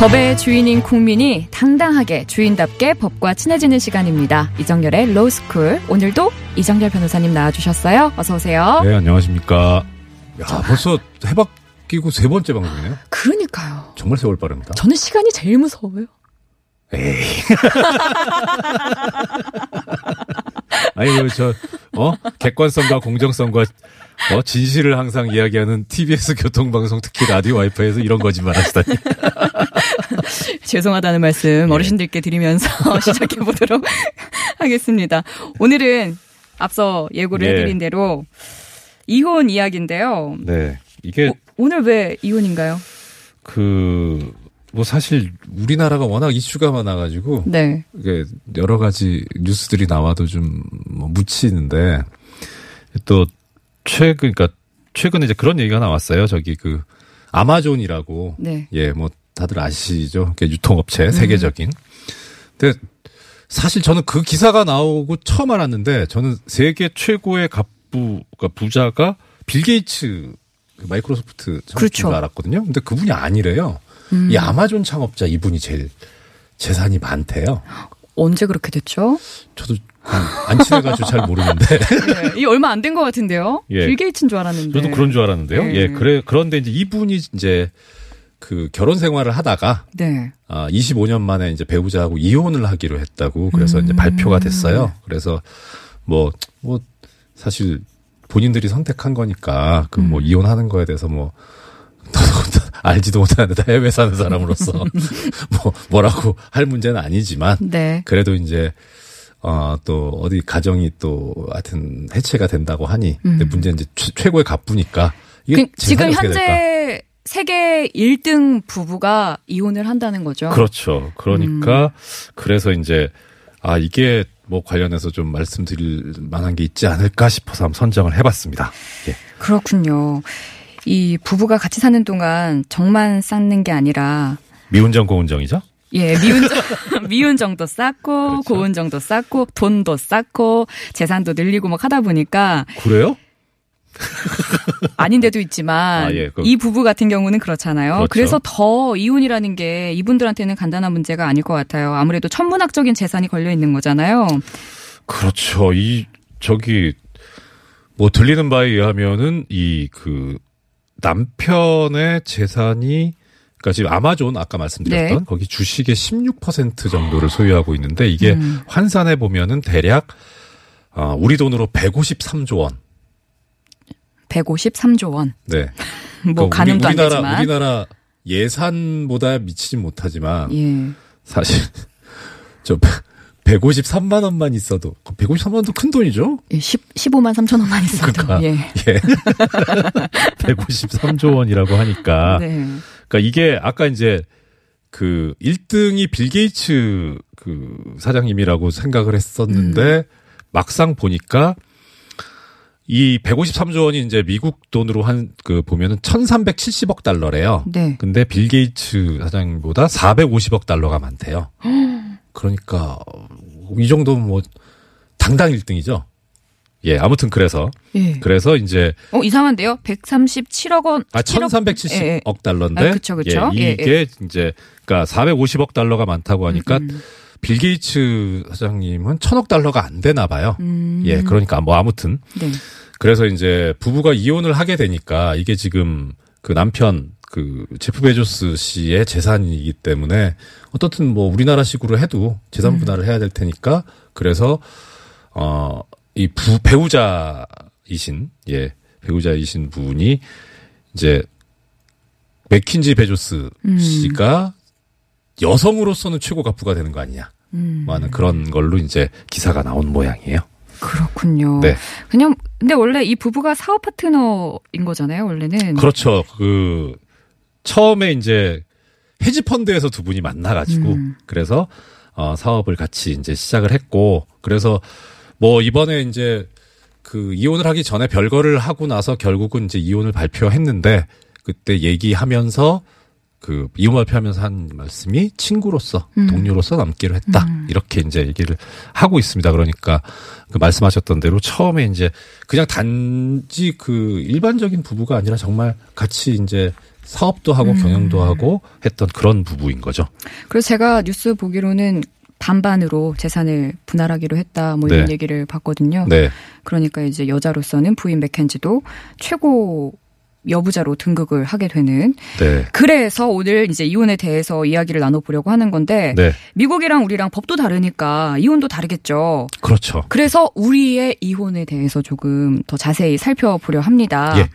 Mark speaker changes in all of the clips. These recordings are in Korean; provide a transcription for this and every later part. Speaker 1: 법의 주인인 국민이 당당하게 주인답게 법과 친해지는 시간입니다. 이정열의 로우스쿨. 오늘도 이정열 변호사님 나와주셨어요. 어서오세요.
Speaker 2: 네, 안녕하십니까. 야, 벌써 해박 끼고 세 번째 방송이네요.
Speaker 1: 그러니까요.
Speaker 2: 정말 세월 빠릅니다.
Speaker 1: 저는 시간이 제일 무서워요.
Speaker 2: 에이. 아니, 그, 저, 어? 객관성과 공정성과, 어? 진실을 항상 이야기하는 TBS 교통방송, 특히 라디오 와이프에서 이런 거짓말 하시다니.
Speaker 1: 죄송하다는
Speaker 2: 예.
Speaker 1: 말씀 어르신들께 드리면서 시작해 보도록 하겠습니다. 오늘은 앞서 예고를
Speaker 2: 예.
Speaker 1: 해드린 대로 이혼 이야기인데요. 어,
Speaker 2: 네. 이게,
Speaker 1: 오, 늘왜 이혼인가요?
Speaker 2: 그, 뭐 사실 우리나라가 워낙 이슈가 많아가지고,
Speaker 1: 네.
Speaker 2: 이게 여러 가지 뉴스들이 나와도 좀뭐 묻히는데 또 최근 그러니까 최근에 이제 그런 얘기가 나왔어요. 저기 그 아마존이라고
Speaker 1: 네.
Speaker 2: 예 뭐 다들 아시죠? 그
Speaker 1: 음.
Speaker 2: 유통업체 세계적인. 근데 사실 저는 그 기사가 나오고 처음 알았는데 저는 세계 최고의 갑부 그러니까 부자가 빌 게이츠 그 마이크로소프트 창업자인
Speaker 1: 그렇죠. 음.
Speaker 2: 줄 알았거든요. 근데 그분이 아니래요. 이 아마존 창업자 이분이 제일 재산이 많대요.
Speaker 1: 언제 그렇게 됐죠?
Speaker 2: 저도 음, 안 친해가지고 잘 모르는데.
Speaker 1: 네. 이게 얼마 안 된 것 같은데요?
Speaker 2: 예.
Speaker 1: 빌 게이츠인 줄 알았는데.
Speaker 2: 저도 그런 줄 알았는데요.
Speaker 1: 네.
Speaker 2: 예, 그래 그런데 이제 이분이 이제 그 결혼 생활을 하다가
Speaker 1: 네.
Speaker 2: 아 25년 만에 이제 배우자하고 이혼을 하기로 했다고 그래서 이제
Speaker 1: 음.
Speaker 2: 발표가 됐어요. 그래서 뭐 뭐 사실 본인들이 선택한 거니까 그
Speaker 1: 음.
Speaker 2: 뭐 이혼하는 거에 대해서 뭐 알지도 못하는데 해외 사는 사람으로서 뭐 뭐라고 할 문제는 아니지만
Speaker 1: 네.
Speaker 2: 그래도 이제 어, 또 어디 가정이 또 하여튼 해체가 된다고 하니 근데 문제는 이제 최- 최고의 갑부니까 이게
Speaker 1: 음. 그- 지금
Speaker 2: 재산이 어떻게 될까?
Speaker 1: 현재 세계 1등 부부가 이혼을 한다는 거죠.
Speaker 2: 그렇죠.
Speaker 1: 음.
Speaker 2: 그러니까 그래서 이제 아 이게 뭐 관련해서 좀 말씀드릴 만한 게 있지 않을까 싶어서 한번 선정을 해봤습니다. 예.
Speaker 1: 그렇군요. 이 부부가 같이 사는 동안 정만 쌓는 게 아니라
Speaker 2: 미운정 고운정이죠?
Speaker 1: 예, 미운정, 미운정도 쌓고,
Speaker 2: 그렇죠.
Speaker 1: 고운정도 쌓고, 돈도 쌓고, 재산도 늘리고 막 하다 보니까,
Speaker 2: 그래요?
Speaker 1: 아닌데도 있지만,
Speaker 2: 아, 예, 그-
Speaker 1: 이 부부 같은 경우는 그렇잖아요.
Speaker 2: 그렇죠.
Speaker 1: 그래서더 이혼이라는 게 이분들한테는 간단한 문제가 아닐 것 같아요. 아무래도 천문학적인 재산이 걸려 있는 거잖아요.
Speaker 2: 그렇죠. 이 저기 뭐 들리는 바에 의하면은 이 그 남편의 재산이 그러니까 지금 아마존 아까 말씀드렸던
Speaker 1: 네.
Speaker 2: 거기 주식의 16% 정도를 소유하고 있는데 이게
Speaker 1: 음.
Speaker 2: 환산해 보면은 대략 아, 우리 돈으로 153조 원.
Speaker 1: 153조 원.
Speaker 2: 네.
Speaker 1: 뭐,
Speaker 2: 그러니까
Speaker 1: 가늠도
Speaker 2: 우리,
Speaker 1: 안
Speaker 2: 우리나라
Speaker 1: 되지만.
Speaker 2: 우리나라 예산보다 미치진 못하지만
Speaker 1: 예.
Speaker 2: 사실 저 153만 원만 있어도 153만 원도 큰 돈이죠.
Speaker 1: 예, 10, 15만 3천 원만 있어도.
Speaker 2: 그러니까.
Speaker 1: 예.
Speaker 2: 예. 153조 원이라고 하니까.
Speaker 1: 네.
Speaker 2: 그러니까 이게 아까 이제 그 1등이 빌 게이츠 그 사장님이라고 생각을 했었는데
Speaker 1: 음.
Speaker 2: 막상 보니까 이 153조 원이 이제 미국 돈으로 한 그 보면은 1370억 달러래요.
Speaker 1: 네.
Speaker 2: 근데 빌 게이츠 사장님보다 450억 달러가 많대요. 그러니까 이 정도면 뭐 당당 1등이죠. 예, 아무튼 그래서
Speaker 1: 예.
Speaker 2: 그래서 이제
Speaker 1: 어, 이상한데요? 137억 원.
Speaker 2: 아,
Speaker 1: 7억
Speaker 2: 1370억
Speaker 1: 예, 예.
Speaker 2: 달러인데.
Speaker 1: 아, 그쵸, 그쵸.
Speaker 2: 예,
Speaker 1: 예, 음,
Speaker 2: 이게 이제 그러니까 450억 달러가 많다고 하니까 빌 게이츠 사장님은 1000억 달러가 안 되나 봐요.
Speaker 1: 음.
Speaker 2: 예, 그러니까 뭐 아무튼
Speaker 1: 네.
Speaker 2: 그래서 이제 부부가 이혼을 하게 되니까 이게 지금 그 남편 그 제프 베조스 씨의 재산이기 때문에 어떻든 뭐 우리나라식으로 해도 재산 분할을 해야 될 테니까 그래서 어이 배우자이신 예 배우자이신 분이 이제 맥킨지 베조스 씨가 여성으로서는 최고 가부가 되는 거 아니냐 뭐 하는 그런 걸로 이제 기사가 나온 모양이에요.
Speaker 1: 그렇군요.
Speaker 2: 네.
Speaker 1: 그냥 근데 원래 이 부부가 사업 파트너인 거잖아요. 원래는.
Speaker 2: 그렇죠. 그 처음에 이제 헤지 펀드에서 두 분이 만나가지고
Speaker 1: 음.
Speaker 2: 그래서 어, 사업을 같이 이제 시작을 했고 그래서 뭐 이번에 이제 그 이혼을 하기 전에 별거를 하고 나서 결국은 이제 이혼을 발표했는데 그때 얘기하면서 그 이혼 발표하면서 한 말씀이 친구로서 동료로서 남기로 했다 이렇게 이제 얘기를 하고 있습니다. 그러니까 그 말씀하셨던 대로 처음에 이제 그냥 단지 그 일반적인 부부가 아니라 정말 같이 이제 사업도 하고 경영도 하고 했던 그런 부부인 거죠.
Speaker 1: 그래서 제가 뉴스 보기로는 반반으로 재산을 분할하기로 했다 뭐 이런
Speaker 2: 네.
Speaker 1: 얘기를 봤거든요.
Speaker 2: 네,
Speaker 1: 그러니까 이제 여자로서는 부인 맥켄지도 최고 여부자로 등극을 하게 되는
Speaker 2: 네,
Speaker 1: 그래서 오늘 이제 이혼에 대해서 이야기를 나눠보려고 하는 건데
Speaker 2: 네,
Speaker 1: 미국이랑 우리랑 법도 다르니까 이혼도 다르겠죠.
Speaker 2: 그렇죠.
Speaker 1: 그래서 우리의 이혼에 대해서 조금 더 자세히 살펴보려 합니다.
Speaker 2: 예.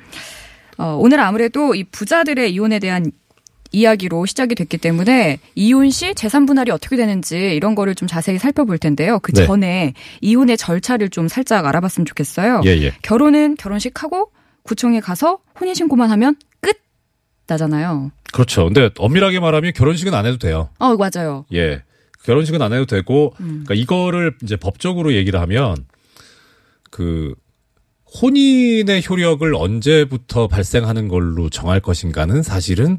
Speaker 1: 어, 오늘 아무래도 이 부자들의 이혼에 대한 이야기로 시작이 됐기 때문에 이혼 시 재산 분할이 어떻게 되는지 이런 거를 좀 자세히 살펴볼 텐데요. 그
Speaker 2: 네.
Speaker 1: 전에 이혼의 절차를 좀 살짝 알아봤으면 좋겠어요.
Speaker 2: 예, 예.
Speaker 1: 결혼은 결혼식 하고 구청에 가서 혼인신고만 하면 끝 나잖아요.
Speaker 2: 그렇죠. 근데 엄밀하게 말하면 결혼식은 안 해도 돼요.
Speaker 1: 어 맞아요.
Speaker 2: 예. 결혼식은 안 해도 되고, 그러니까 이거를 이제 법적으로 얘기를 하면, 그, 혼인의 효력을 언제부터 발생하는 걸로 정할 것인가는 사실은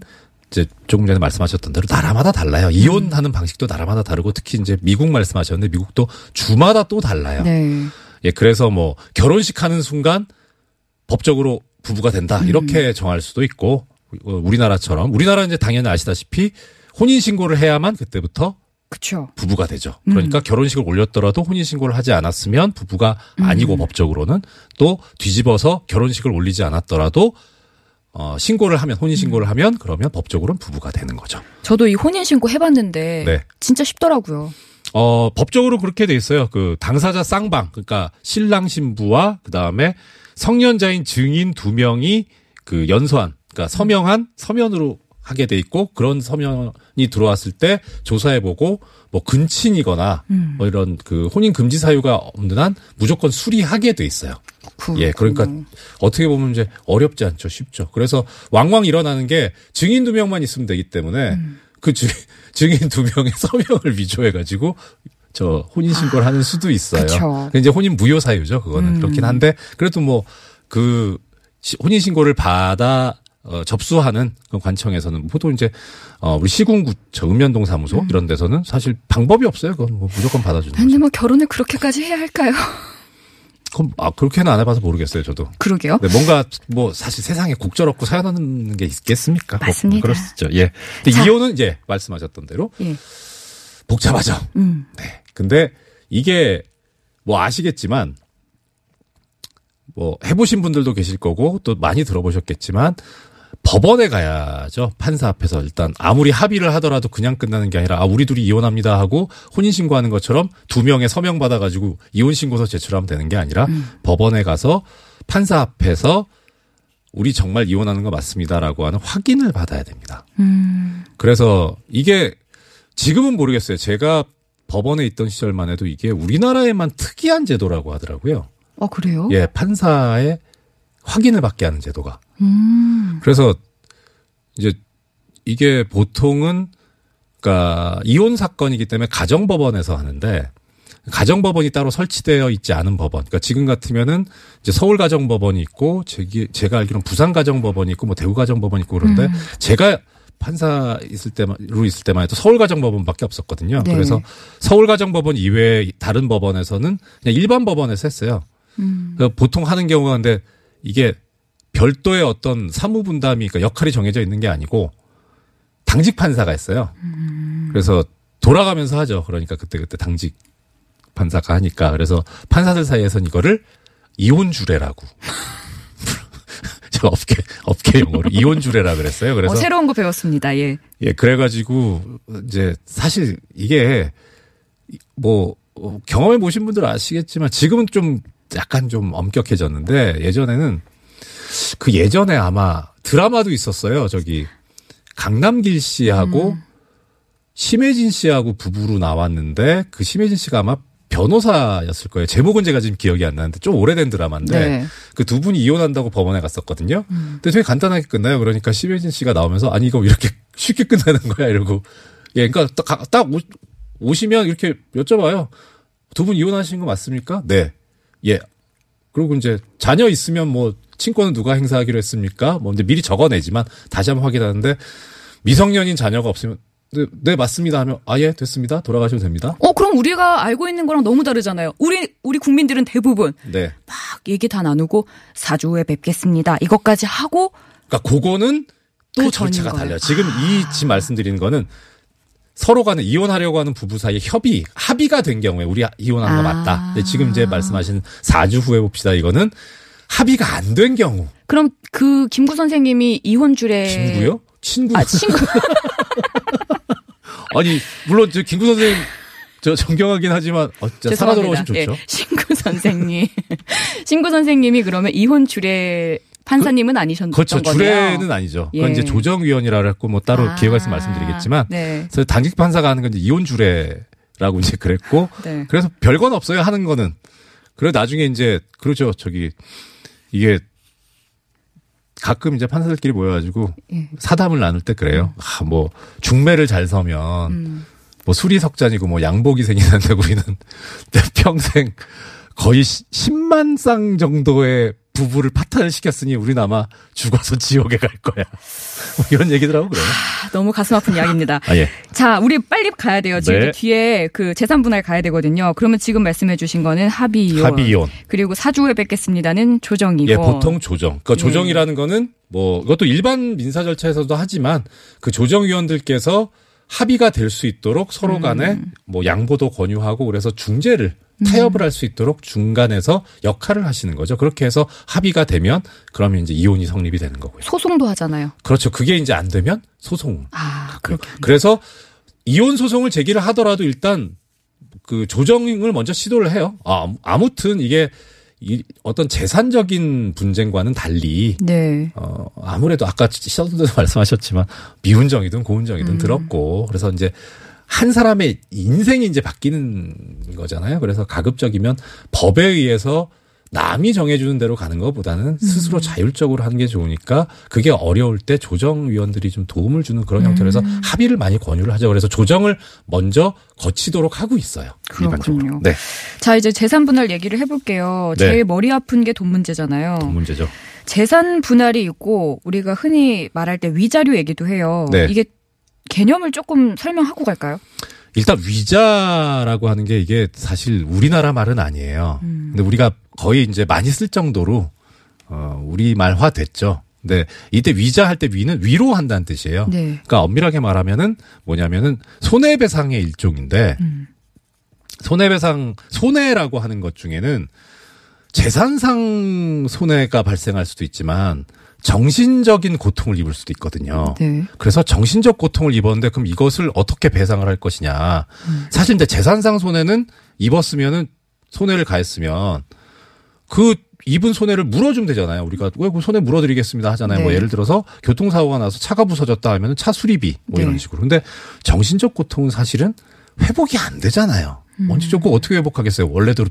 Speaker 2: 이제 조금 전에 말씀하셨던 대로 나라마다 달라요. 이혼하는 방식도 나라마다 다르고 특히 이제 미국 말씀하셨는데 미국도 주마다 또 달라요.
Speaker 1: 네.
Speaker 2: 예, 그래서 뭐 결혼식 하는 순간 법적으로 부부가 된다 이렇게 정할 수도 있고 어, 우리나라처럼 우리나라 이제 당연히 아시다시피 혼인 신고를 해야만 그때부터
Speaker 1: 그쵸.
Speaker 2: 부부가 되죠. 그러니까 결혼식을 올렸더라도 혼인 신고를 하지 않았으면 부부가 아니고 법적으로는 또 뒤집어서 결혼식을 올리지 않았더라도 어 신고를 하면 혼인 신고를 하면 그러면 법적으로는 부부가 되는 거죠.
Speaker 1: 저도 이 혼인신고 해봤는데
Speaker 2: 네.
Speaker 1: 진짜 쉽더라고요.
Speaker 2: 어, 법적으로 그렇게 돼 있어요. 그 당사자 쌍방, 그러니까 신랑 신부와 그 다음에 성년자인 증인 두 명이 그 연소한, 그러니까 서명한 서면으로 하게 돼 있고 그런 서면이 들어왔을 때 조사해보고 뭐 근친이거나 뭐 이런 그 혼인 금지 사유가 없는 한 무조건 수리하게 돼 있어요. 예, 그러니까
Speaker 1: 음.
Speaker 2: 어떻게 보면 이제 어렵지 않죠. 쉽죠. 그래서 왕왕 일어나는 게 증인 두 명만 있으면 되기 때문에
Speaker 1: 음.
Speaker 2: 그 증, 증인 두 명의 서명을 위조해가지고 저 혼인 신고를 하는 수도 있어요.
Speaker 1: 그쵸. 음.
Speaker 2: 근데 이제 혼인 무효 사유죠. 그거는 그렇긴 한데 그래도 뭐 그 혼인 신고를 받아 어, 접수하는 그 관청에서는 보통 이제 어, 우리 시군구 저 읍면동 사무소
Speaker 1: 음.
Speaker 2: 이런 데서는 사실 방법이 없어요. 그건 뭐 무조건 받아주는 거죠.
Speaker 1: 근데 뭐 결혼을 그렇게까지 해야 할까요?
Speaker 2: 그럼 아 그렇게는 안 해봐서 모르겠어요. 저도.
Speaker 1: 그러게요.
Speaker 2: 네, 뭔가 뭐 사실 세상에 곡절 없고 살아나는 게 있겠습니까? 뭐
Speaker 1: 맞습니다.
Speaker 2: 그렇죠. 예. 근데
Speaker 1: 자.
Speaker 2: 이혼은 이제 말씀하셨던 대로
Speaker 1: 예.
Speaker 2: 복잡하죠.
Speaker 1: 음.
Speaker 2: 네. 근데 이게 뭐 아시겠지만 뭐 해보신 분들도 계실 거고 또 많이 들어보셨겠지만 법원에 가야죠. 판사 앞에서 일단 아무리 합의를 하더라도 그냥 끝나는 게 아니라 아 우리 둘이 이혼합니다 하고 혼인 신고하는 것처럼 두 명의 서명 받아 가지고 이혼 신고서 제출하면 되는 게 아니라 법원에 가서 판사 앞에서 우리 정말 이혼하는 거 맞습니다라고 하는 확인을 받아야 됩니다. 그래서 이게 지금은 모르겠어요. 제가 법원에 있던 시절만 해도 이게 우리나라에만 특이한 제도라고 하더라고요.
Speaker 1: 어 그래요?
Speaker 2: 예, 판사의 확인을 받게 하는 제도가. 그래서 이제 이게 보통은 그러니까 이혼 사건이기 때문에 가정 법원에서 하는데 가정 법원이 따로 설치되어 있지 않은 법원. 그러니까 지금 같으면은 이제 서울 가정 법원이 있고 제기, 제가 알기로는 부산 가정 법원이 있고 뭐 대구 가정 법원이 있고 그런데 제가 판사 있을 때만로 있을 때만 해도 서울 가정 법원밖에 없었거든요.
Speaker 1: 네.
Speaker 2: 그래서 서울 가정 법원 이외에 다른 법원에서는 그냥 일반 법원에서 했어요. 그래서 보통 하는 경우가 근데 이게 별도의 어떤 사무 분담이 그러니까 역할이 정해져 있는 게 아니고 당직 판사가 있어요. 그래서 돌아가면서 하죠. 그러니까 그때 그때 당직 판사가 하니까 그래서 판사들 사이에선 이거를 이혼 주례라고 제가 업계 업계 용어로 이혼 주례라 그랬어요. 그래서
Speaker 1: 어, 새로운 거 배웠습니다. 예.
Speaker 2: 예, 그래가지고, 이제, 사실, 이게, 뭐, 어, 경험해 보신 분들 아시겠지만, 지금은 좀, 약간 좀 엄격해졌는데, 예전에는, 그 예전에 아마 드라마도 있었어요. 저기, 강남길 씨하고, 심혜진 씨하고 부부로 나왔는데 그 심혜진 씨가 아마 변호사였을 거예요. 제목은 제가 지금 기억이 안 나는데 좀 오래된 드라마인데
Speaker 1: 네.
Speaker 2: 그 두 분이 이혼한다고 법원에 갔었거든요. 근데 되게 간단하게 끝나요. 그러니까 심혜진 씨가 나오면서 아니 이거 왜 이렇게 쉽게 끝나는 거야 이러고 예 그러니까 딱, 가- 딱 오- 오시면 이렇게 여쭤봐요. 두 분 이혼하신 거 맞습니까? 네. 예. 그리고 이제 자녀 있으면 뭐 친권은 누가 행사하기로 했습니까? 뭐 이제 미리 적어내지만 다시 한번 확인하는데 미성년인 자녀가 없으면 네, 네, 맞습니다 하면 아예 됐습니다 돌아가셔도 됩니다.
Speaker 1: 어, 그럼 우리가 알고 있는 거랑 너무 다르잖아요. 우리, 우리 국민들은 대부분
Speaker 2: 네.
Speaker 1: 막 얘기 다 나누고 4주 후에 뵙겠습니다. 이것까지 하고
Speaker 2: 그러니까 그거는 또
Speaker 1: 그 전인
Speaker 2: 절차가
Speaker 1: 거예요. 아.
Speaker 2: 달라요. 지금 이 지금 말씀드리는 거는 서로 간에 이혼하려고 하는 부부 사이에 협의, 합의가 된 경우에 우리 이혼한 거
Speaker 1: 아.
Speaker 2: 맞다. 근데 지금 이제 말씀하신 4주 후에 봅시다. 이거는 합의가 안 된 경우.
Speaker 1: 그럼 그 김구 선생님이 이혼 주례
Speaker 2: 친구요? 친구.
Speaker 1: 아, 친구.
Speaker 2: 아니 물론 저 김구 선생님 저 존경하긴 하지만 어, 진짜 살아 돌아오시면
Speaker 1: 죄송합니다.
Speaker 2: 좋죠.
Speaker 1: 예, 신구 선생님. 신구 선생님이 그러면 이혼 주례 판사님은 아니셨던
Speaker 2: 그렇죠.
Speaker 1: 거네요.
Speaker 2: 주례는 아니죠.
Speaker 1: 예.
Speaker 2: 그건 이제 조정위원이라 했고 뭐 따로
Speaker 1: 아,
Speaker 2: 기회가 있으면 말씀드리겠지만
Speaker 1: 네.
Speaker 2: 그래서 당직 판사가 하는 건 이제 이혼 주례라고 이제 그랬고
Speaker 1: 네.
Speaker 2: 그래서 별건 없어요 하는 거는 그래 나중에 이제 그러죠 저기 이게 가끔 이제 판사들끼리 모여가지고
Speaker 1: 예.
Speaker 2: 사담을 나눌 때 그래요
Speaker 1: 음.
Speaker 2: 아 뭐 중매를 잘 서면 뭐 술이 석잔이고 뭐 양복이 생긴다는데 우리는 내 평생 거의 10만 쌍 정도의 부부를 파탄을 시켰으니 우리는 아마 죽어서 지옥에 갈 거야 뭐 이런 얘기들 하고 그래요
Speaker 1: 아, 너무 가슴 아픈 이야기입니다.
Speaker 2: 아 예.
Speaker 1: 자, 우리 빨리 가야 돼요. 지금
Speaker 2: 네.
Speaker 1: 이제 뒤에 그 재산 분할 가야 되거든요. 그러면 지금 말씀해 주신 거는 합의 이혼.
Speaker 2: 합의 이혼.
Speaker 1: 그리고 사주 후에 뵙겠습니다는 조정 이혼.
Speaker 2: 예, 보통 조정. 그 조정이라는 거는 뭐 그것도 일반 민사 절차에서도 하지만 그 조정위원들께서 합의가 될 수 있도록 서로 간에 뭐 양보도 권유하고 그래서 중재를 타협을 할 수 있도록 중간에서 역할을 하시는 거죠. 그렇게 해서 합의가 되면 그러면 이제 이혼이 성립이 되는 거고요.
Speaker 1: 소송도 하잖아요.
Speaker 2: 그렇죠. 그게 이제 안 되면 소송.
Speaker 1: 아, 그렇군요.
Speaker 2: 그래서 이혼 소송을 제기를 하더라도 일단 그 조정을 먼저 시도를 해요. 아, 아무튼 이게 이 어떤 재산적인 분쟁과는 달리
Speaker 1: 네.
Speaker 2: 어, 아무래도 아까 시선도 말씀하셨지만 미운 정이든 고운
Speaker 1: 음.
Speaker 2: 정이든 들었고 그래서 이제 한 사람의 인생이 이제 바뀌는 거잖아요. 그래서 가급적이면 법에 의해서 남이 정해주는 대로 가는
Speaker 1: 음.
Speaker 2: 것보다는 스스로 자율적으로 하는 게 좋으니까 그게 어려울 때 조정위원들이 좀 도움을 주는 그런 형태로서
Speaker 1: 음.
Speaker 2: 합의를 많이 권유를 하죠. 그래서 조정을 먼저 거치도록 하고 있어요.
Speaker 1: 그렇군요.
Speaker 2: 일반적으로. 네,
Speaker 1: 자, 이제 재산 분할 얘기를 해볼게요.
Speaker 2: 네.
Speaker 1: 제일 머리 아픈 게 돈 문제잖아요.
Speaker 2: 돈그 문제죠.
Speaker 1: 재산 분할이 있고 우리가 흔히 말할 때 위자료 얘기도 해요.
Speaker 2: 네.
Speaker 1: 이게 개념을 조금 설명하고 갈까요?
Speaker 2: 일단 위자라고 하는 게 이게 사실 우리나라 말은 아니에요. 근데 우리가 거의 이제 많이 쓸 정도로 어 우리 말화 됐죠. 근데 이때 위자 할 때 위는 위로 한다는 뜻이에요.
Speaker 1: 네.
Speaker 2: 그러니까 엄밀하게 말하면은 뭐냐면은 손해배상의 일종인데 손해배상 손해라고 하는 것 중에는 재산상 손해가 발생할 수도 있지만 정신적인 고통을 입을 수도 있거든요.
Speaker 1: 네.
Speaker 2: 그래서 정신적 고통을 입었는데 그럼 이것을 어떻게 배상을 할 것이냐. 사실 근데 재산상 손해는 입었으면은 손해를 가했으면 그 입은 손해를 물어주면 되잖아요. 우리가 왜 그 손해 물어드리겠습니다 하잖아요. 뭐
Speaker 1: 네.
Speaker 2: 예를 들어서 교통사고가 나서 차가 부서졌다 하면 차 수리비 뭐
Speaker 1: 네.
Speaker 2: 이런 식으로. 근데 정신적 고통은 사실은 회복이 안 되잖아요.
Speaker 1: 음.
Speaker 2: 원칙적으로 어떻게 회복하겠어요? 원래대로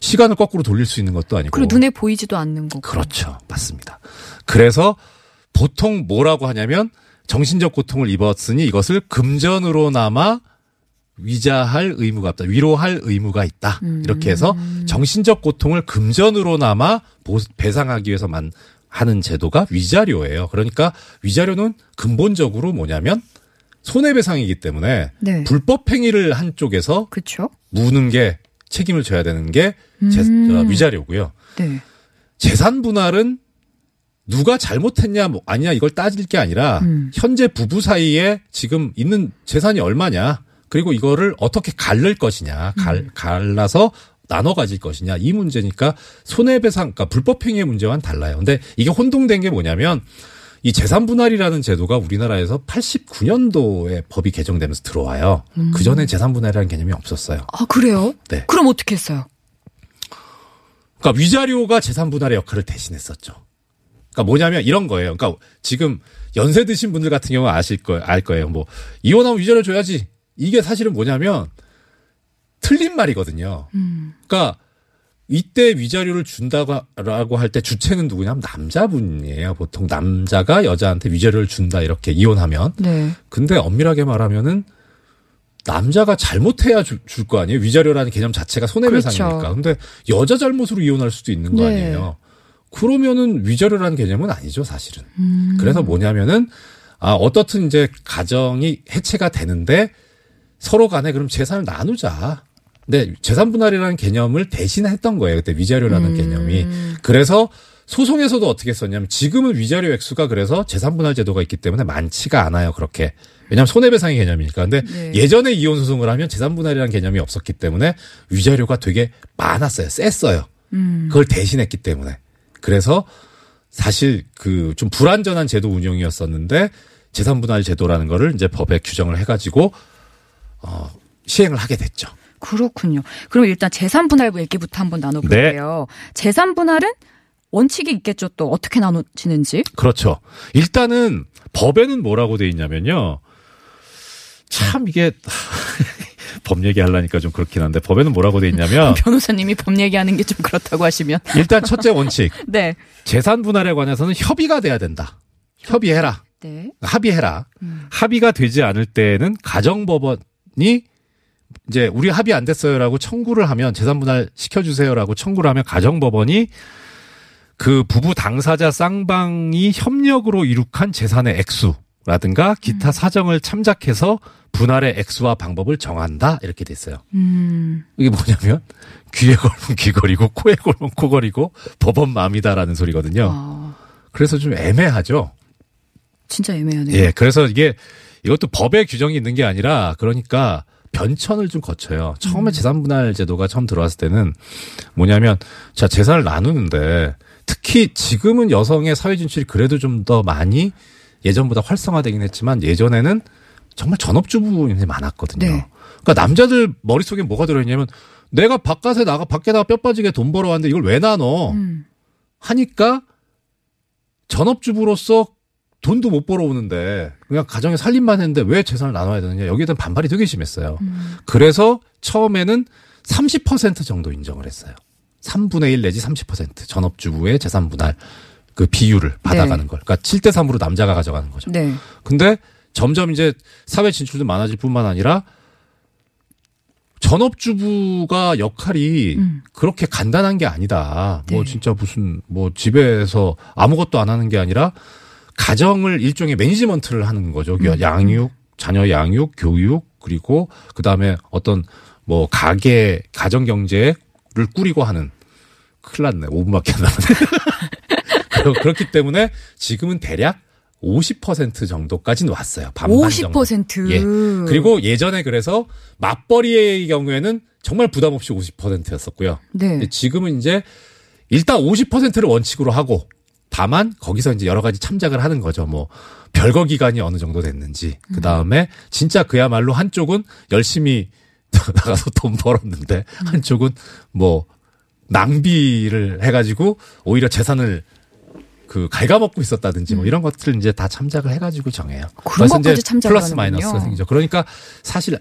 Speaker 2: 시간을 거꾸로 돌릴 수 있는 것도 아니고.
Speaker 1: 그리고 눈에 보이지도 않는 거고.
Speaker 2: 그렇죠. 맞습니다. 그래서 보통 뭐라고 하냐면 정신적 고통을 입었으니 이것을 금전으로나마 위자할 의무가 없다. 위로할 의무가 있다. 이렇게 해서
Speaker 1: 음.
Speaker 2: 정신적 고통을 금전으로나마 보- 배상하기 위해서만 하는 제도가 위자료예요. 그러니까 위자료는 근본적으로 뭐냐면 손해배상이기 때문에
Speaker 1: 네.
Speaker 2: 불법 행위를 한 쪽에서
Speaker 1: 그렇죠?
Speaker 2: 무는 게 책임을 져야 되는 게 제-
Speaker 1: 음.
Speaker 2: 위자료고요.
Speaker 1: 네.
Speaker 2: 재산 분할은 누가 잘못했냐 뭐 아니냐 이걸 따질 게 아니라
Speaker 1: 음.
Speaker 2: 현재 부부 사이에 지금 있는 재산이 얼마냐 그리고 이거를 어떻게 갈를 것이냐 갈, 갈라서 나눠 가질 것이냐 이 문제니까 손해배상 그러니까 불법행위의 문제와는 달라요 근데 이게 혼동된 게 뭐냐면 이 재산 분할이라는 제도가 우리나라에서 89년도에 법이 개정되면서 들어와요 그 전에 재산 분할이라는 개념이 없었어요
Speaker 1: 아, 그래요?
Speaker 2: 네.
Speaker 1: 그럼 어떻게 했어요?
Speaker 2: 그러니까 위자료가 재산 분할의 역할을 대신했었죠. 그러니까 뭐냐면 이런 거예요. 그러니까 지금 연세 드신 분들 같은 경우 아실 거알 거예요. 뭐 이혼하면 위자료 줘야지. 이게 사실은 뭐냐면 틀린 말이거든요. 그러니까 이때 위자료를 준다고 할 때 주체는 누구냐면 남자분이에요. 보통 남자가 여자한테 위자료를 준다 이렇게 이혼하면.
Speaker 1: 네.
Speaker 2: 근데 엄밀하게 말하면은 남자가 잘못해야 줄 거 아니에요. 위자료라는 개념 자체가 손해배상이니까.
Speaker 1: 그렇죠.
Speaker 2: 근데 여자 잘못으로 이혼할 수도 있는 거
Speaker 1: 네.
Speaker 2: 아니에요. 그러면은 위자료라는 개념은 아니죠, 사실은.
Speaker 1: 음.
Speaker 2: 그래서 뭐냐면은 아 어떻든 이제 가정이 해체가 되는데 서로 간에 그럼 재산을 나누자. 근데 재산 분할이라는 개념을 대신했던 거예요. 그때 위자료라는 개념이. 그래서 소송에서도 어떻게 썼냐면 지금은 위자료 액수가 그래서 재산 분할 제도가 있기 때문에 많지가 않아요. 그렇게. 왜냐하면 손해배상의 개념이니까. 근데
Speaker 1: 네.
Speaker 2: 예전에 이혼 소송을 하면 재산 분할이라는 개념이 없었기 때문에 위자료가 되게 많았어요. 셌어요. 그걸 대신했기 때문에. 그래서 사실 그 좀 불완전한 제도 운영이었었는데 재산 분할 제도라는 거를 이제 법에 규정을 해가지고 어, 시행을 하게 됐죠.
Speaker 1: 그렇군요. 그럼 일단 재산 분할부 얘기부터 한번 나눠볼게요.
Speaker 2: 네.
Speaker 1: 재산 분할은 원칙이 있겠죠. 또 어떻게 나눠지는지.
Speaker 2: 그렇죠. 일단은 법에는 뭐라고 돼 있냐면요. 참 이게 법 얘기하려니까 좀 그렇긴 한데 법에는 뭐라고 돼 있냐면
Speaker 1: 변호사님이 법 얘기하는 게 좀 그렇다고 하시면.
Speaker 2: 일단 첫째 원칙
Speaker 1: 네.
Speaker 2: 재산 분할에 관해서는 협의가 돼야 된다. 협의해라.
Speaker 1: 네.
Speaker 2: 합의해라. 합의가 되지 않을 때에는 가정법원이 이제 우리 합의 안 됐어요라고 청구를 하면 재산 분할 시켜주세요라고 청구를 하면 가정법원이 그 부부 당사자 쌍방이 협력으로 이룩한 재산의 액수라든가 기타 사정을 참작해서 분할의 액수와 방법을 정한다 이렇게 돼 있어요.
Speaker 1: 음.
Speaker 2: 이게 뭐냐면 귀에 걸면 귀걸이고 코에 걸면 코걸이고 법원 마음이다라는 소리거든요.
Speaker 1: 아,
Speaker 2: 그래서 좀 애매하죠.
Speaker 1: 진짜 애매하네요.
Speaker 2: 예, 그래서 이게 이것도 법의 규정이 있는 게 아니라 그러니까 변천을 좀 거쳐요. 처음에 재산 분할 제도가 처음 들어왔을 때는 뭐냐면 자 재산을 나누는데 특히 지금은 여성의 사회 진출이 그래도 좀 더 많이 예전보다 활성화되긴 했지만 예전에는 정말 전업주부인이 많았거든요.
Speaker 1: 네.
Speaker 2: 그러니까 남자들 머릿속에 뭐가 들어있냐면 내가 바깥에 나가 밖에다가 뼈 빠지게 돈 벌어왔는데 이걸 왜 나눠?
Speaker 1: 음.
Speaker 2: 하니까 전업주부로서 돈도 못 벌어오는데 그냥 가정에 살림만 했는데 왜 재산을 나눠야 되느냐 여기에 대한 반발이 되게 심했어요. 그래서 처음에는 30% 정도 인정을 했어요. 3분의 1 내지 30% 전업주부의 재산 분할 그 비율을 받아가는 걸. 그러니까 7대 3으로 남자가 가져가는 거죠.
Speaker 1: 네.
Speaker 2: 근데 점점 이제 사회 진출도 많아질 뿐만 아니라 전업주부가 역할이 그렇게 간단한 게 아니다. 뭐 진짜 무슨 뭐 집에서 아무것도 안 하는 게 아니라 가정을 일종의 매니지먼트를 하는 거죠. 양육, 자녀 양육, 교육 그리고 그다음에 어떤 뭐 가게 가정 경제를 꾸리고 하는 큰일 났네. 5분밖에 안 남았네. 그러- 그렇기 때문에 지금은 대략 50% 정도까지는 왔어요. 반반 정도.
Speaker 1: 50%.
Speaker 2: 예. 그리고 예전에 그래서 맞벌이의 경우에는 정말 부담 없이 50%였었고요.
Speaker 1: 네.
Speaker 2: 근데 지금은 이제 일단 50%를 원칙으로 하고 다만 거기서 이제 여러 가지 참작을 하는 거죠. 뭐 별거 기간이 어느 정도 됐는지 그 다음에 진짜 그야말로 한쪽은 열심히 나가서 돈 벌었는데 한쪽은 뭐 낭비를 해가지고 오히려 재산을 그 갉아먹고 있었다든지 뭐 이런 것들을 이제 다 참작을 해가지고 정해요.
Speaker 1: 음. 그런
Speaker 2: 그래서 이제
Speaker 1: 것까지 참작을
Speaker 2: 플러스
Speaker 1: 하는군요.
Speaker 2: 마이너스가 생기죠. 그러니까 사실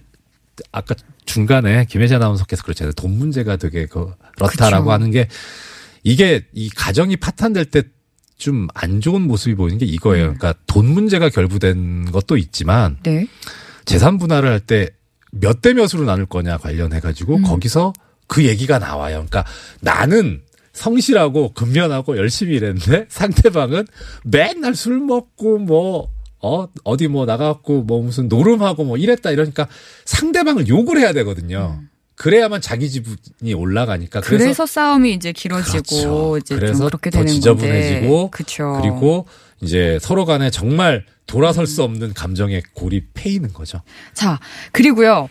Speaker 2: 아까 중간에 김혜자 아나운서께서 그렇잖아요. 돈 문제가 되게 그 그렇다라고
Speaker 1: 그쵸.
Speaker 2: 하는 게 이게 이 가정이 파탄될 때 좀 안 좋은 모습이 보이는 게 이거예요. 그러니까 돈 문제가 결부된 것도 있지만
Speaker 1: 네.
Speaker 2: 재산 분할을 할 때 몇 대 몇으로 나눌 거냐 관련해 가지고 거기서 그 얘기가 나와요. 그러니까 나는 성실하고 근면하고 열심히 일했는데 상대방은 맨날 술 먹고 뭐 어, 어디 뭐 나가갖고 뭐 무슨 노름하고 뭐 이랬다 이러니까 상대방을 욕을 해야 되거든요. 그래야만 자기 지분이 올라가니까
Speaker 1: 그래서,
Speaker 2: 그래서,
Speaker 1: 싸움이 이제 길어지고
Speaker 2: 그렇죠.
Speaker 1: 이제 좀
Speaker 2: 그래서
Speaker 1: 그렇게
Speaker 2: 더
Speaker 1: 되는
Speaker 2: 지저분해지고
Speaker 1: 그렇죠.
Speaker 2: 그리고 이제 서로 간에 정말 돌아설 수 없는 감정에 골이 패이는 거죠.
Speaker 1: 자, 그리고요.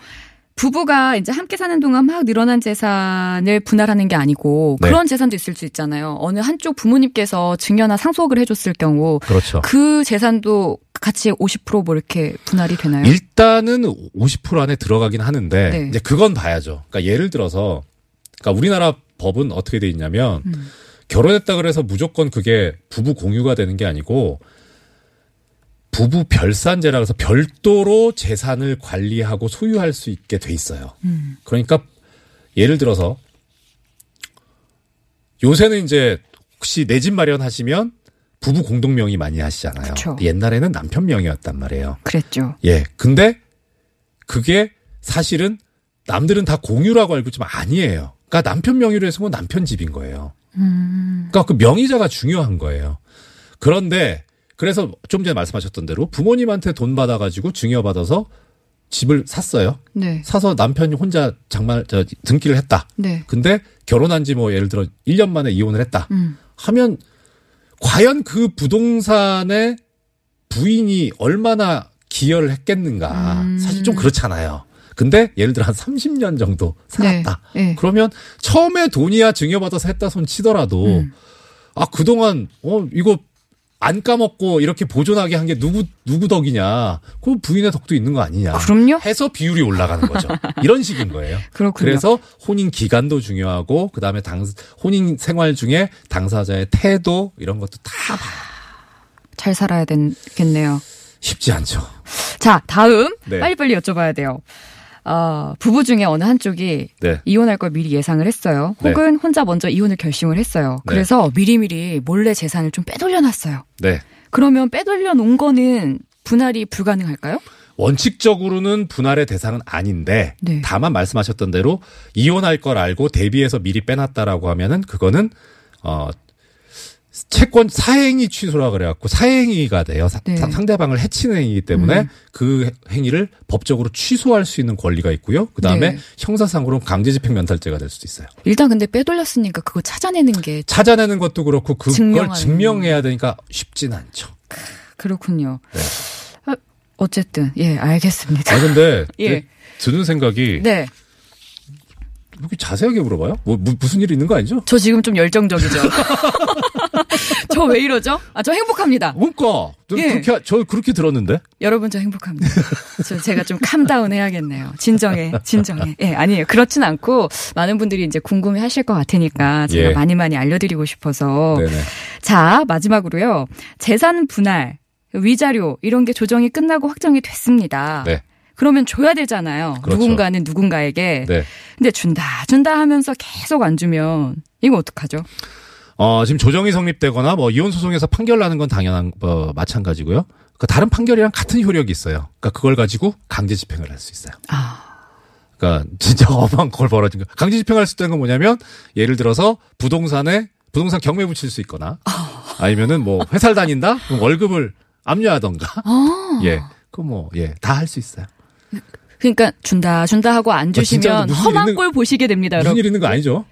Speaker 1: 부부가 이제 함께 사는 동안 막 늘어난 재산을 분할하는 게 아니고
Speaker 2: 네.
Speaker 1: 그런 재산도 있을 수 있잖아요. 어느 한쪽 부모님께서 증여나 상속을 해줬을 경우
Speaker 2: 그렇죠.
Speaker 1: 그 재산도 같이 50%뭐 이렇게 분할이 되나요?
Speaker 2: 일단은 50% 안에 들어가긴 하는데
Speaker 1: 네.
Speaker 2: 이제 그건 봐야죠. 그러니까 예를 들어서 그러니까 우리나라 법은 어떻게 돼 있냐면
Speaker 1: 음.
Speaker 2: 결혼했다 그래서 무조건 그게 부부 공유가 되는 게 아니고 부부 별산제라 해서 별도로 재산을 관리하고 소유할 수 있게 돼 있어요.
Speaker 1: 음.
Speaker 2: 그러니까 예를 들어서 요새는 이제 혹시 내 집 마련하시면 부부 공동 명의 많이 하시잖아요.
Speaker 1: 그쵸.
Speaker 2: 옛날에는 남편 명의였단 말이에요.
Speaker 1: 그랬죠.
Speaker 2: 예. 근데 그게 사실은 남들은 다 공유라고 알고 있지만 아니에요. 그러니까 남편 명의로 해서 뭐 남편 집인 거예요. 그러니까 그 명의자가 중요한 거예요. 그런데 그래서 좀 전에 말씀하셨던 대로 부모님한테 돈 받아가지고 증여받아서 집을 샀어요.
Speaker 1: 네.
Speaker 2: 사서 남편이 혼자 장말 저 등기를 했다.
Speaker 1: 네.
Speaker 2: 근데 결혼한 지 뭐 예를 들어 1년 만에 이혼을 했다.
Speaker 1: 음.
Speaker 2: 하면 과연 그 부동산에 부인이 얼마나 기여를 했겠는가.
Speaker 1: 음.
Speaker 2: 사실 좀 그렇잖아요. 근데 예를 들어 한 30년 정도 살았다.
Speaker 1: 네, 네.
Speaker 2: 그러면 처음에 돈이야 증여받아서 했다 손 치더라도
Speaker 1: 음.
Speaker 2: 아 그동안 어 이거 안 까먹고 이렇게 보존하게 한 게 누구 누구 덕이냐? 그 부인의 덕도 있는 거 아니냐?
Speaker 1: 그럼요.
Speaker 2: 해서 비율이 올라가는 거죠. 이런 식인 거예요.
Speaker 1: 그렇군요.
Speaker 2: 그래서 혼인 기간도 중요하고 그다음에 당 혼인 생활 중에 당사자의 태도 이런 것도
Speaker 1: 아,
Speaker 2: 다 봐-
Speaker 1: 잘 살아야 되겠네요.
Speaker 2: 쉽지 않죠.
Speaker 1: 자, 다음
Speaker 2: 네.
Speaker 1: 빨리빨리 여쭤봐야 돼요. 어, 부부 중에 어느 한쪽이
Speaker 2: 네.
Speaker 1: 이혼할 걸 미리 예상을 했어요.
Speaker 2: 네.
Speaker 1: 혹은 혼자 먼저 이혼을 결심을 했어요.
Speaker 2: 네.
Speaker 1: 그래서 미리미리 몰래 재산을 좀 빼돌려 놨어요.
Speaker 2: 네.
Speaker 1: 그러면 빼돌려 놓은 거는 분할이 불가능할까요?
Speaker 2: 원칙적으로는 분할의 대상은 아닌데
Speaker 1: 네.
Speaker 2: 다만 말씀하셨던 대로 이혼할 걸 알고 대비해서 미리 빼놨다라고 하면은 그거는 어 채권 사행위 취소라 그래갖고 사행위가 돼요. 사-
Speaker 1: 네. 음.
Speaker 2: 사- 상대방을 해치는 행위이기 때문에 그 해- 행위를 법적으로 취소할 수 있는 권리가 있고요. 그 다음에
Speaker 1: 네.
Speaker 2: 형사상으로는 강제집행면탈죄가 될 수도 있어요.
Speaker 1: 일단 근데 빼돌렸으니까 그거 찾아내는 게
Speaker 2: 찾아내는 것도 그렇고 그걸
Speaker 1: 증명하는.
Speaker 2: 증명해야 되니까 쉽진 않죠.
Speaker 1: 그렇군요. 어, 어쨌든 예 알겠습니다.
Speaker 2: 네. 아 근데
Speaker 1: 예.
Speaker 2: 드는 생각이
Speaker 1: 네,
Speaker 2: 이렇게 자세하게 물어봐요? 뭐 무- 무슨 일이 있는 거 아니죠?
Speaker 1: 저 지금 좀 열정적이죠. 저 왜 이러죠? 아 저 행복합니다.
Speaker 2: 뭔가 저
Speaker 1: 예.
Speaker 2: 그렇게 저 그렇게 들었는데
Speaker 1: 여러분 저 행복합니다. 저 제가 좀 캄다운 해야겠네요. 진정해, 진정해. 예, 아니에요. 그렇진 않고 많은 분들이 이제 궁금해 하실 것 같으니까 제가
Speaker 2: 예.
Speaker 1: 많이 많이 알려드리고 싶어서.
Speaker 2: 네네.
Speaker 1: 자, 마지막으로요. 재산 분할, 위자료 이런 게 조정이 끝나고 확정이 됐습니다.
Speaker 2: 네.
Speaker 1: 그러면 줘야 되잖아요.
Speaker 2: 그렇죠.
Speaker 1: 누군가는 누군가에게.
Speaker 2: 네.
Speaker 1: 근데 준다, 준다 하면서 계속 안 주면 이거 어떡하죠?
Speaker 2: 어, 지금 조정이 성립되거나 뭐 이혼 소송에서 판결 나는 건 당연한 어, 마찬가지고요. 그 다른 판결이랑 같은 효력이 있어요. 그러니까 그걸 가지고 강제 집행을 할 수 있어요.
Speaker 1: 아.
Speaker 2: 그러니까 진짜 엄한 걸 벌어진 거. 강제 집행할 수 있다는 건 뭐냐면 예를 들어서 부동산에 부동산 경매 붙일 수 있거나 아니면은 뭐 회사를 다닌다 그럼 월급을 압류하던가
Speaker 1: 아.
Speaker 2: 예. 그 뭐 예. 다 할 수 있어요.
Speaker 1: 그러니까 준다, 준다 하고 안
Speaker 2: 아, 진짜로
Speaker 1: 주시면
Speaker 2: 무슨 일
Speaker 1: 험한
Speaker 2: 있는-
Speaker 1: 꼴 보시게 됩니다,
Speaker 2: 무슨
Speaker 1: 여러분.
Speaker 2: 일 있는 거 아니죠?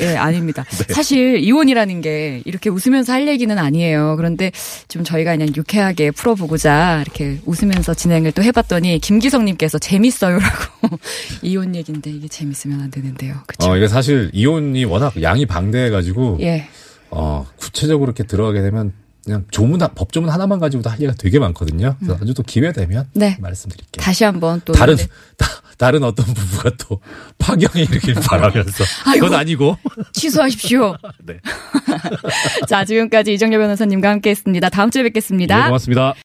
Speaker 1: 예, 아닙니다.
Speaker 2: 네.
Speaker 1: 사실 이혼이라는 게 이렇게 웃으면서 할 얘기는 아니에요. 그런데 좀 저희가 그냥 유쾌하게 풀어보고자 이렇게 웃으면서 진행을 또 해봤더니 김기성님께서 재밌어요라고 이혼 얘기인데 이게 재밌으면 안 되는데요. 그렇죠?
Speaker 2: 어, 이게 사실 이혼이 워낙 양이 방대해 가지고
Speaker 1: 예.
Speaker 2: 어, 구체적으로 이렇게 들어가게 되면 그냥 조문 하- 법조문 하나만 가지고도 할 얘기가 되게 많거든요. 그래서 아주 또 기회 되면
Speaker 1: 음. 네.
Speaker 2: 말씀드릴게요.
Speaker 1: 다시 한번 또
Speaker 2: 다른
Speaker 1: 네.
Speaker 2: 다, 른 어떤 부부가 또 파경이 일으길 바라면서
Speaker 1: 아이고.
Speaker 2: 그건 아니고
Speaker 1: 취소하십시오.
Speaker 2: 네.
Speaker 1: 자, 지금까지 이정렬 변호사님과 함께했습니다. 다음 주에 뵙겠습니다.
Speaker 2: 예, 고맙습니다.